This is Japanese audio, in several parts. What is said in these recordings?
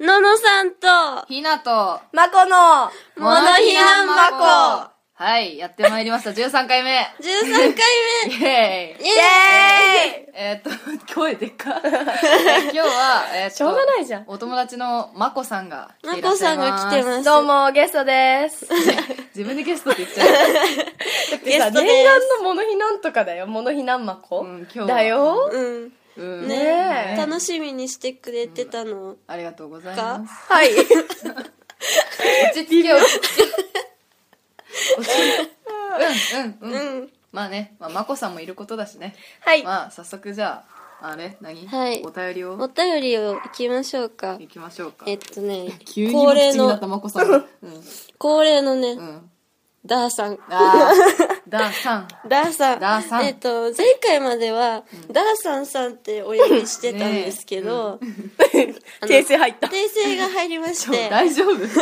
ののさんと、ひなと、まこの、モノヒナンマコはい、やってまいりました。13回目。コ13回イ目ェーイイイエーイェーイえーっと、 声でっか。えー今日は、えーっとしょうがないじゃんお友達のまこさんが来てまいらっこしゃさいんまがす。来てます。どうも、ゲストです。自分でゲストって言っちゃゲストです念願のモノヒなんとかだよ。モノヒナンマコ。うん今日はだよ。うん。う。うんねねえ楽しみにしてくれてたの。ありがとうございます。 はい。落ち着け、落ち着け。落ち着け。うん、うん、ううん。ん。まあね、まあ、まこさんもいることだしね。はい。まあ、早速じゃあ、あれ何はいお便りおを便りを行きましょうか。行きましょうか。えっとね、急に無恒例口になったの、まこさん。うん。恒例のねう、ん。ダーさん。だ、だ、さん。ダーさん。ダーさんえっと、前回までは、ダーさんさんってお呼びしてたんですけど、あの訂正入った。訂正が入りましちょ、て、大丈夫落ち着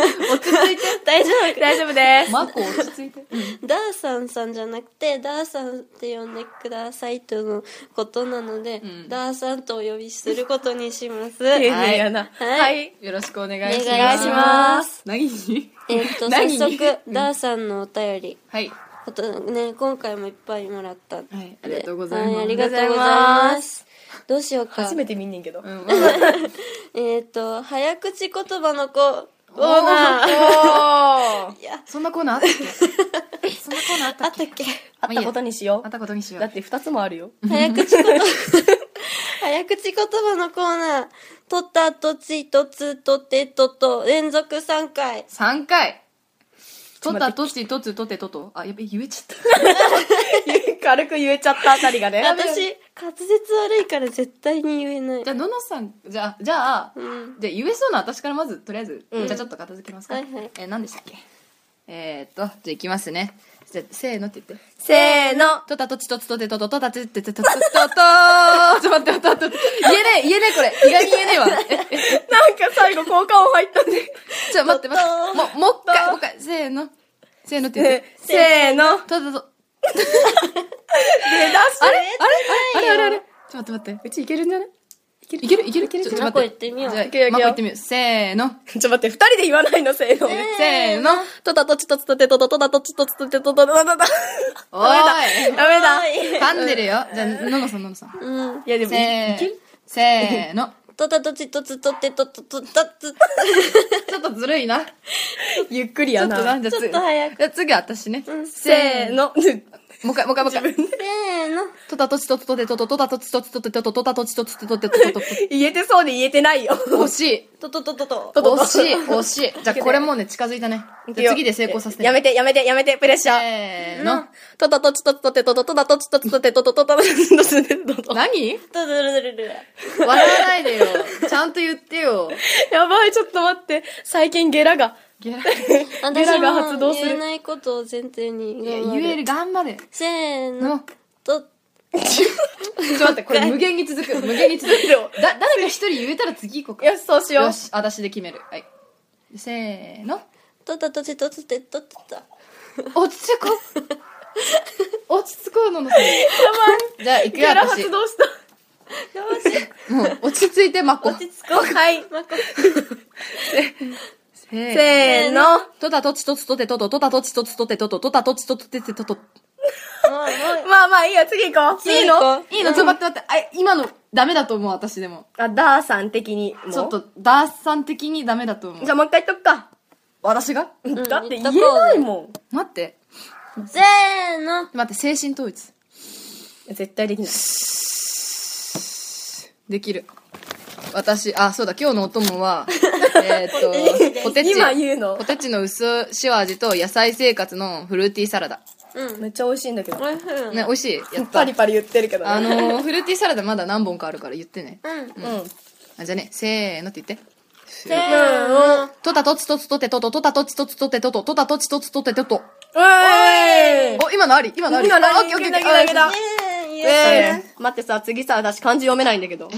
いて。大丈夫大丈夫で す。まこ落ち着いて。うんダーさんさんじゃなくて、ダーさんって呼んでくださいとのことなので、んダーさんとお呼びすることにします。丁え寧やな。はいはい。よろしくお願いします。。お願いします何にっと、早何速、ダーさんのお便り。はい。あとね、今回もいっぱいもらったんで。はいありがとうございますはありがとうございます。どうしようか初。めて見んねんけど。うん、まあえっと、早口言葉の子、コーナー。おーいや、そんなコーナーあったっけ そんなコーナーあったあっっけたっけあったことにしよあったことにしう。よだっう。て二つもあるよ。 早口言葉、早口言葉のコーナー。とった、とち、とつ、とて、とと、連続3回。 3回。とょっっとた、待とち、とつ、とて、とと。あ、やべ、言えちゃっ軽く言えちゃったあたり がね。私、滑舌悪いから絶対に言えないた。じ。ゃあ、ののさん、じゃあ、じゃあ、うん。じゃあ言えそうな私からまずとりあえず、うんじゃあちょっと片付けますか、はいはいえー何でしたっけえー、っとじゃあいきますねじゃあせーのって言ってせーの。とたとちとつとてとととたちってととととちょっと待って待って待って言えねえ言えねえこれ意外に言えねえわええなんか最後効果音入ったね。ちょっと待って待ってもうもう一回もう一回せーのせーのって言ってせーの。で、ととと出す。ああれれあれあれあれよちょっと待って待ってうちいけるんじゃないいけるいけるいけるちょっちょっととマコ待行っっててみよう。じゃあいけるいけまるこ行ってみようせーのちょっと待って、二人で言わないの、せーの。せーのとたとちとつとてとととたとちとつとてとととたた。おーいダメだ。はい噛んでるよじゃあののさんののさんうん。いや、でも、せーせーのとたとちとつとてとととたつ。ちょっとずるいな。ちゆっくりょっやとなな、。じゃあちょ次。っと早くじゃあ次は私ね。せー。の。もう一回、もう一回、もう一回。せーの。とたとちとつとてとととたとちとつとてとととたとちとつとてとととと。言えてそうで言えてないよ。惜しい。ととととと。ととと惜しい、惜しい。じゃあこれもうね、近づいたね。じゃあ次で成功させて。やめて、やめて、やめて、プレッシャー。せーの。とたとちとつとてとととたとちとつとてとととたとちとつとてとと。何とるるるるる。笑わないでよ。ちゃんと言ってよ。やばい、ちょっと待って。最近ゲラが。ゲラゲ私ラが発動もす言るえないことを前提に頑張言る。える、頑張れ。せーの。の。と、ちょっと待って、これ無限に続く。無限に続く。だ、誰か一人言えたら次行こうよし、そうしか。よよう。し、私で決める。はい。せーの。とたとちとつてととと。落ち着こう。落ち着こうののさん。じゃあ、行くよ、ゲラ私発。動した。よし。もう、落ち着いて、まこ。落ち着こう。はい。まこ。せーせーの。とたとちとつとてとと、とたとちとつとてとと、とたとちとつとてとと。もう、もう。まあまあいいよ、次行こう。次いい行こうのいいのちょ、待って待って。あ、今の、ダメだと思う、私でも。あ、ダーさん的にも。ちょっと、ダースさん的にダメだと思うじゃ。あもう一回言っとくか。私がだって言えないも待って。せーの。待って、精神統一。ん。絶対できない。できる。私、あ、そうだ、今日のお供は、えーっと、ポテチ。今言うのポテチの薄塩味と野菜生活のフルーティーサラダ。うん。めっちゃ美味しいんだけど。おいしいね、よ。美味しい。やったパ。リパリ言ってるけどね。あのー、フルーティーサラダまだ何本かあるから言ってね。うん。うん。あ、じゃあね、せーのって言って。せーの。とたとちとつとてとと、とたとちとつとてとと、とたとちとつとてとと。うえお、今のあり今のあり今のありあオッケーオッケーオッケー投げ投げ投あげイエーイ。ーえー待ってさ、次さ、私漢字読めないんだけど。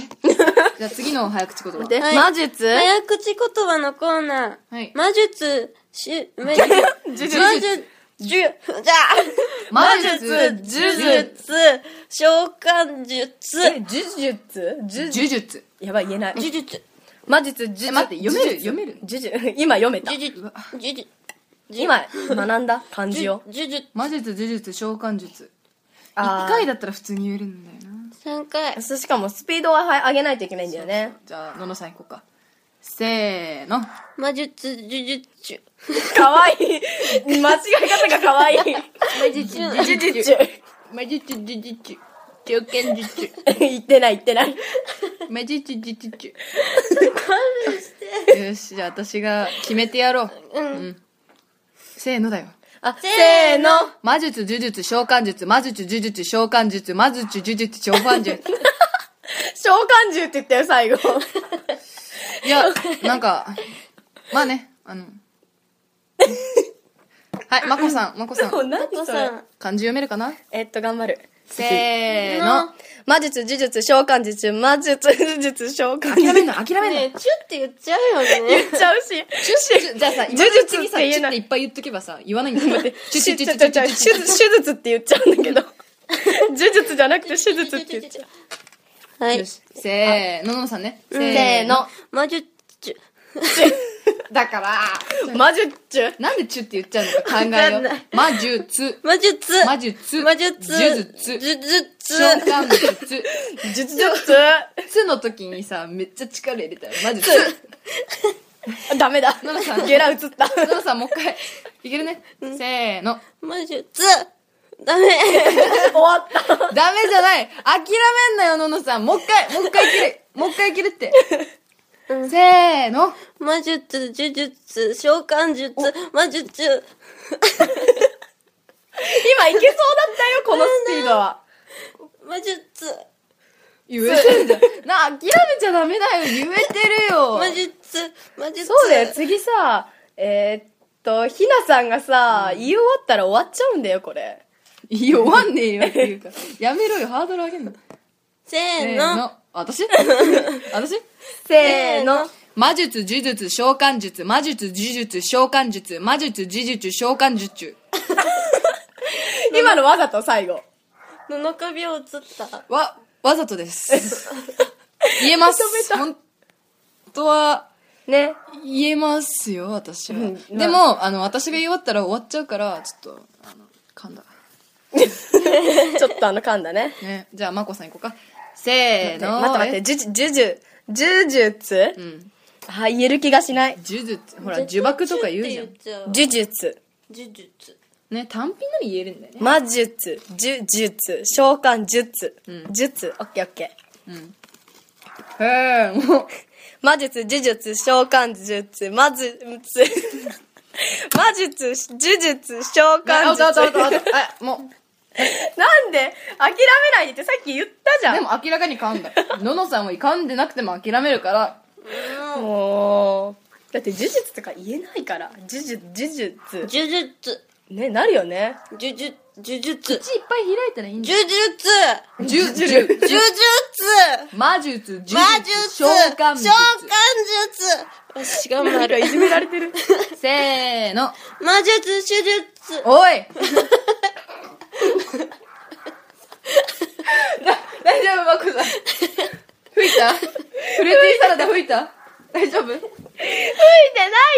じゃあ次の早口言葉。で、はい魔術早口言葉のコーナー。はい魔術、し、魔術、魔術、呪術じゃあ、魔術呪術、召喚術、え、呪術呪呪術。やばい、言えない。呪術、魔術、呪術。え待って読める読める呪術。 今読めた呪。術、呪術、今、学んだ漢字呪を。術、魔術呪術召喚術あー1回だったら普通に言えるんだよな3回。そうしかもスピードははい上げないといけないんだよね。じゃあののさん行こうかせーの魔術、呪術、かわいい。間違え方がかわいい。魔術呪術。 魔術呪術狂犬術言ってない言ってない。魔術呪術勘してよしじゃあ私が決めてやろううん。せーのだよあ、せせーーの。魔術呪術召喚術魔術呪術召喚術魔術呪術召喚 術召喚獣って言ったよ、 最後。いやなんかまあねあのはいまこさんまこ さん何お父それさ。ん。漢字読めるかなえっと、頑張る。せーの魔術、呪術、召喚術、魔術、呪術、召喚諦術。めんな諦めんな、ねえ、チュって言っちゃうよね。言っちゃうし。じゃあさ今の呪う術ちっにてさ言えちょなっといい。っぱい言っとけばさ言わないんだよって手ちょちょ術ちょちょちょちょ手術って言っちゃうんだけど。呪術じゃなくて手術って言っちゃう。はよい。しせーのののさんねせーの。魔術、だから魔術中。なんで「ちゅ」って言っちゃうのか考わえかよんうない魔術魔術、魔術魔術、呪呪術術、召喚術術術。 「つ」の時にさめっちゃ力入れたよ魔術ダメだ。ののさんゲラ映った。ののさんもう一回いけるねせーの魔術、ダメ。終わった。ダメじゃない諦めんなよののさんもう一回もう一回いけるもう一回いけるってせーの魔術、呪術、召喚術、魔術、今いけそうだったよ、このスピードは。魔術、言えてんじゃんな諦めちゃダメだよ言えてるよ魔術、魔術。そうだよ、次さ、えーっと、ひなさんがさ、言い終わったら終わっちゃうんだよ、これ。いや、終わんねえよっていうか。やめろよ、ハードル上げんの。せせーーの。の。私私せーの。魔術、呪術、召喚術、魔術、呪術、召喚術、魔術、呪術、召喚術。今のわざと最後。 7日秒映った。わ、わざとです。言え ます。本当は、ね。言えますよ、私は。うんでも、あの、私が言い終わったら終わっちゃうから、ちょっと、あの、噛んだ。ちょっとあの噛んだね。ね。じゃあ、まこさん行こうか。せーの。待って待って、じゅ、じゅじゅ、じゅじゅつえ。うん。あ、言える気がしない。呪術、ほら、呪縛とか言うじゃん。ん。呪術、呪術。ね、単品なら言えるんだよね。魔術、呪術、召喚術、うん術、オッケーオッケー。へえ、もう。魔術、呪術、召喚術、魔術、 魔術、呪術、召喚術。あ、もなんで諦めないでってさっき言ったじう。ゃでん。も明らかに噛んだ。ののさんは噛んでなくても諦めるから。もう。だって呪術とか言えないから。呪術、呪術。呪術。ね、なるよね。呪術。呪術。口いっぱい開いたらいいん呪。術じゅ、じゅ。呪術魔術、呪術、魔術召喚術。召喚術よし頑張る。いじめられ てる。せーの。魔術、手術。おい 大丈夫、まこさん。吹いたフルーティーサラダ吹いた大丈夫ついてない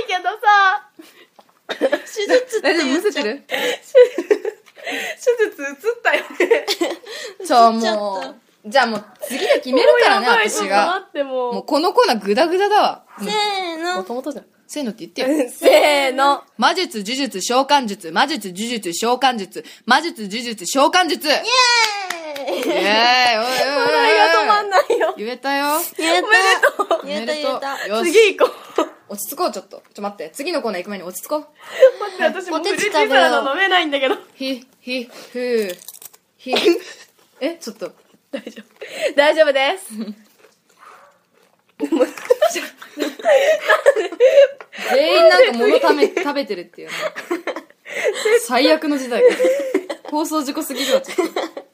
けどさ、手術大丈夫むせてる手術映ったよね。そう、映っちゃったもう。じゃあもう、次で決めるからね、私が。ってももうこのコーナーグダグダだわ。せーの。ともとじゃん。せーのって言ってよ。せーの。魔術、呪術、召喚術、魔術、呪術、召喚術、魔術、呪術、召喚術イエイェーイーイおいおいおいが止まんないよ。言えたよ。言えた言えた言えた。おめでとうよし、次行こう。落ち着こう、ちょっと。ちょ、っと待って。次のコーナー行く前に落ち着こう。待って、私もうポフテルチチ食べようサラダ飲めないんだけど。ひ、ひ、ふー。 ひ。え、ちょっと。大丈夫。大丈夫です。全員なんか物 食べ、食べてるっていうなんか。最悪の時代。放送事故すぎるわ、ちょっと。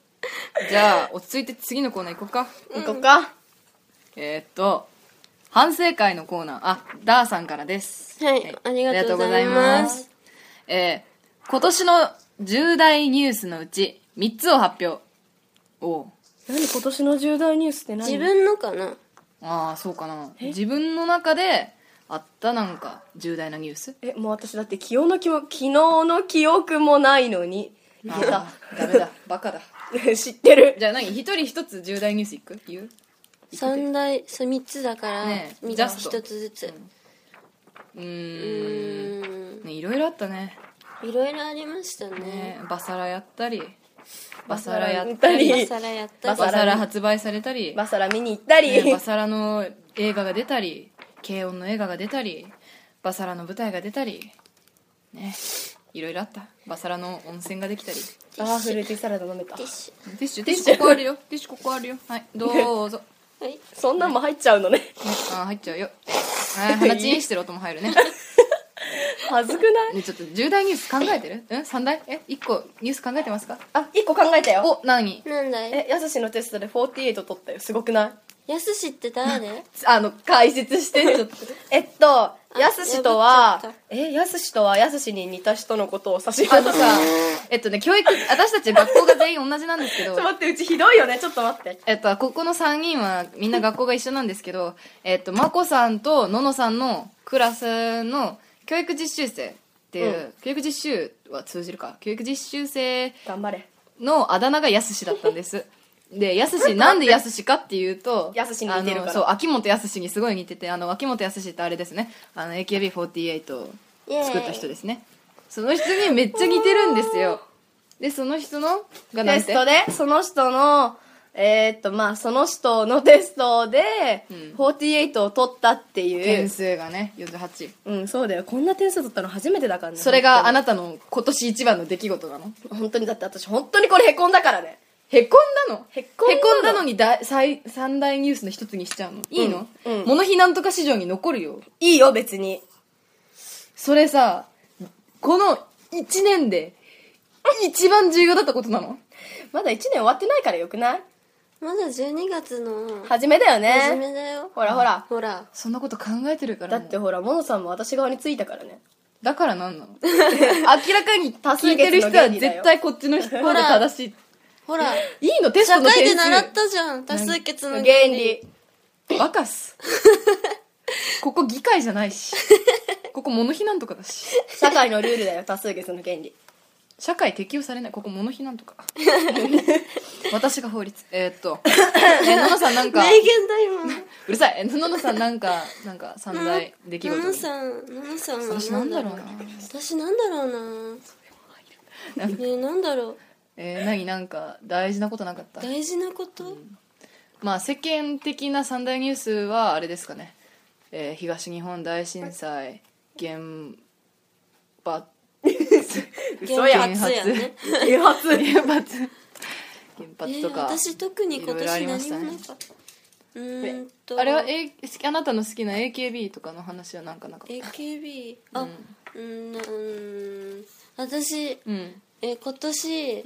じゃあ、落ち着いて次のコーナー行こうか。行こうか。えー、っと、反省会のコーナー。あ、ダーさんからです。はいありがとうございますす。えー、今年の重大ニュースのうち3つを発表。おう何今年の重大ニュースって何自分のかなああそうかな自分の中であったなんか重大なニュースえ、もう私だって記憶の記憶、昨日の記憶もないのに。 いけあーダメだバカだた。知ってる。じゃあ何一人一つ重大ニュースいく言う三大、そう、三つだから、ねえ三ジャつスト一つずつ。うーうーん。んねいろいろあったねいろいろありましたね。ねバサラやったりバサラやっ見たたりバりサラやったバりバササララ発売されたりバサラ見に行ったり。ねバサラの映画が出たり軽音の映画が出たりバサラの舞台が出たりねいろいろあったバサラの温泉ができたりパ ワフルティーサラダ飲めたティ。ッシティッシュティッシュここあるよティッシュここあるよはいどうぞ、ね、ュ。はい。そんなんも入っちゃうのね。あー入っちゃうよ はい鼻チンしてる音も入 るねはずくないねちょっと重大ニュース考えてるうん三大え一個ニュース考えてますかあ、一個考えたよ。お何なんだいえ、やすしのテストで48取ったよ。すごくないやすしって 誰あの解説してちょっとえっと、やすしとは破っちゃっ、え、やすしとはやすしに似た人のことを指しあ まのす。さえっとね教育私たち学校が全員同じなんですけど ちょっと待って、うちひどいよね。ちょっと待って。えっと、ここの3人はみんな学校が一緒なんですけど、えっと、まこさんとののさんのクラスの教育実習生っていう、う教育実習は通じるか、教育実習生頑張れ。のあだ名がやすしだったんです。で、やすし、なんでやすしかっていうと、やすしに似てるからあのそう、秋元やすしにすごい似てて、あの、秋元やすしってあれですね、あの、AKB48 を作った人ですね。その人にめっちゃ似てるんですよ。で、その人のがなテんてストで、その人の、えーっと、まあ、その人のテストで、48を取ったってい点う。数がね、48。うん、そうだよ。こんな点数取ったの初めてだからね。それがあ本なたの今年一番の出来事なの当に、本当に、だって私、本当にこれへこんだからね。へこんだのへこんだのんだのにだ最三大ニュースの一つにしちゃうのいいの、うんうんモノヒなんとか市場に残るよいいよ、別に。それさこの1年で一番重要だったことなのまだ1年終わってないからよくないまだ12月の初めだよ初ね。めだよ。ほらほら。ほら。そんなこと考えてるからだもっうてほら、モノさんも私側についたからね。だからなん なの明らかに聞いてる人は絶対こっちの人ほがら正しいほら。いいのテス社トの会点で数習ったじゃん。多数決の原原理。理。バカ っすここ議会じゃないしここモノヒなんとかだし社会のルールだよ、多数決の原理。社会適用されないここモノヒな んとか私が法律えーっとえののさんな んか名言だ今。うるさいえののさんなんかなんか三大 出来の事のさん、ののさんは私なんだろうな私なんだろうな。ねえ、なんだろう。えー、何なんか大事なことなかった大事なことまあ世間的な三大ニュースはあれですかね、えー東日本大震災原 発嘘や原発やね。原原発。発原え発ーとか、私特に今いろいろあり年まし何たもねなかった。うーんと。あれは、A、好きあなたの好きな AKB とかの話はなんかなかった AKB。あ、ううんーん、うん。私、うんえー今年、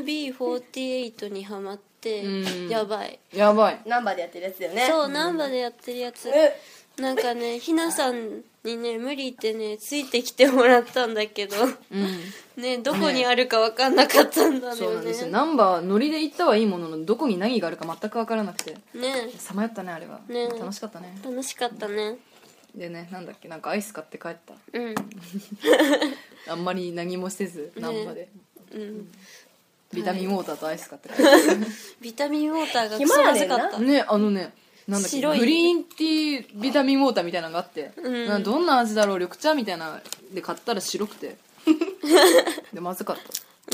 NMB48 にハマって、うんやばい、やばいナンバーでやってるやつだよね。そう難波でやってるやつ、ねなんかねひなさんにね無理言ってねついてきてもらったんだけど うん、ねどこにあるか分かんなかったんだよねそうなんですよナンバーノリで行ったはいいもののどこに何があるか全く分からなくてねさまよったねあれは、ね楽しかったね楽しかったねでねなんだっけなんかアイス買って帰ったうんあんまり何もせずナンバーで、うんビタミンウォーターとアイス買って帰った、ビタミンウォーターがク暇ソやまねずんなかったねあのねなんだっけ白いグリーンティービタミンウォーターみたいなのがあって、んなんかどんな味だろう緑茶みたいなで買ったら白く てでまずかっ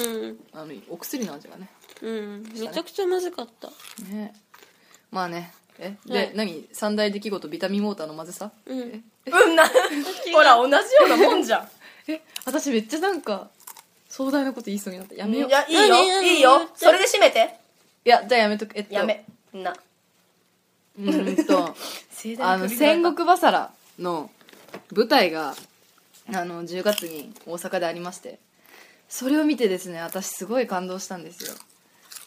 うんたあのお薬の味がねうんめちゃくちゃまずかったねまあねえで、はい何三大出来事ビタミンウォーターの混ぜさうんうんな。ほら、同じようなもんじゃん。え私めっちゃなんか壮大なこと言いそうになったやめよういいやや、いいよ何何。いいよ。それで締めて。じゃあやめとくえっとやめ。な。うーんと盛あの戦国バサラの舞台があの10月に大阪でありましてそれを見てですね私すごい感動したんですよ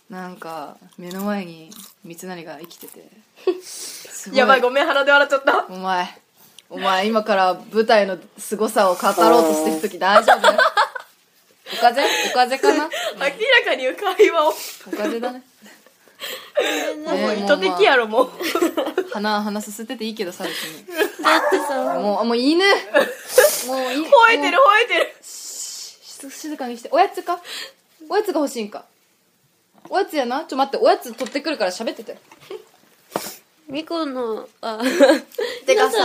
なんか目の前に三成が生きててすやばい、ごめん、鼻で笑っちゃった。お前、お前今から舞台の凄さを語ろうとしてる時大丈夫お風邪お風邪かな明らかに会話を。お風邪だだね。ねもう意図的やろ、もう。鼻鼻すすってていいけどさ別にってさ、もうもう 犬もうい吠えてる、吠えてる。し静かにしておやつかおやつが欲しいんかおやつやなちょ待っておやつ取ってくるから喋っててミコの、あ、てかさ